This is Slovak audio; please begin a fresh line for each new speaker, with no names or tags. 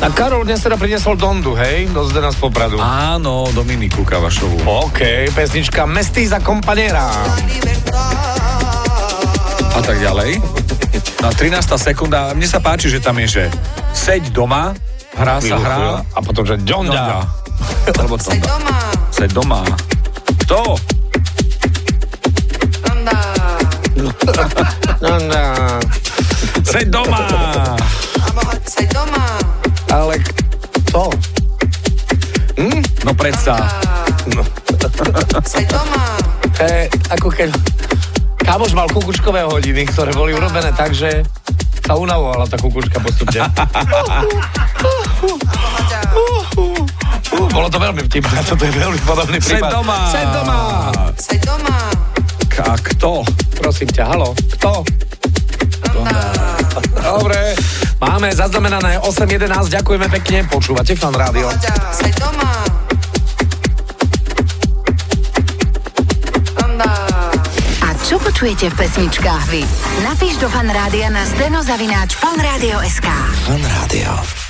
A Karol dnes teda priniesol Dondu, hej? Do zde nás popradu.
Áno, Dominiku Kavašovu.
OK, pesnička Mestý za kompaniera.
A tak ďalej. Na 13. sekunda, mne sa páči, že tam je, že seď doma, hrá sa hrá,
A potom, že Donda.
Donda. Alebo to. Seď doma. Kto?
Donda.
Seď doma!
Ale kto?
No predsa.
To je ako keď... Kámoš mal kukučkové hodiny, ktoré boli urobené tak, že sa unavovala tá kukučka postupne. Uh, Bolo to veľmi vtipné, toto je veľmi podobný
Seď
prípad.
doma!
Seď doma!
K- A kto?
Prosím ťa, halo, kto? Dobre, máme zaznamenané 8.11, ďakujeme pekne, počúvate fan rádio.
A čo počujete v pesničkách vy? Napíš do fanrádia na steno zavináč fanradio.sk.
Fan Rádio.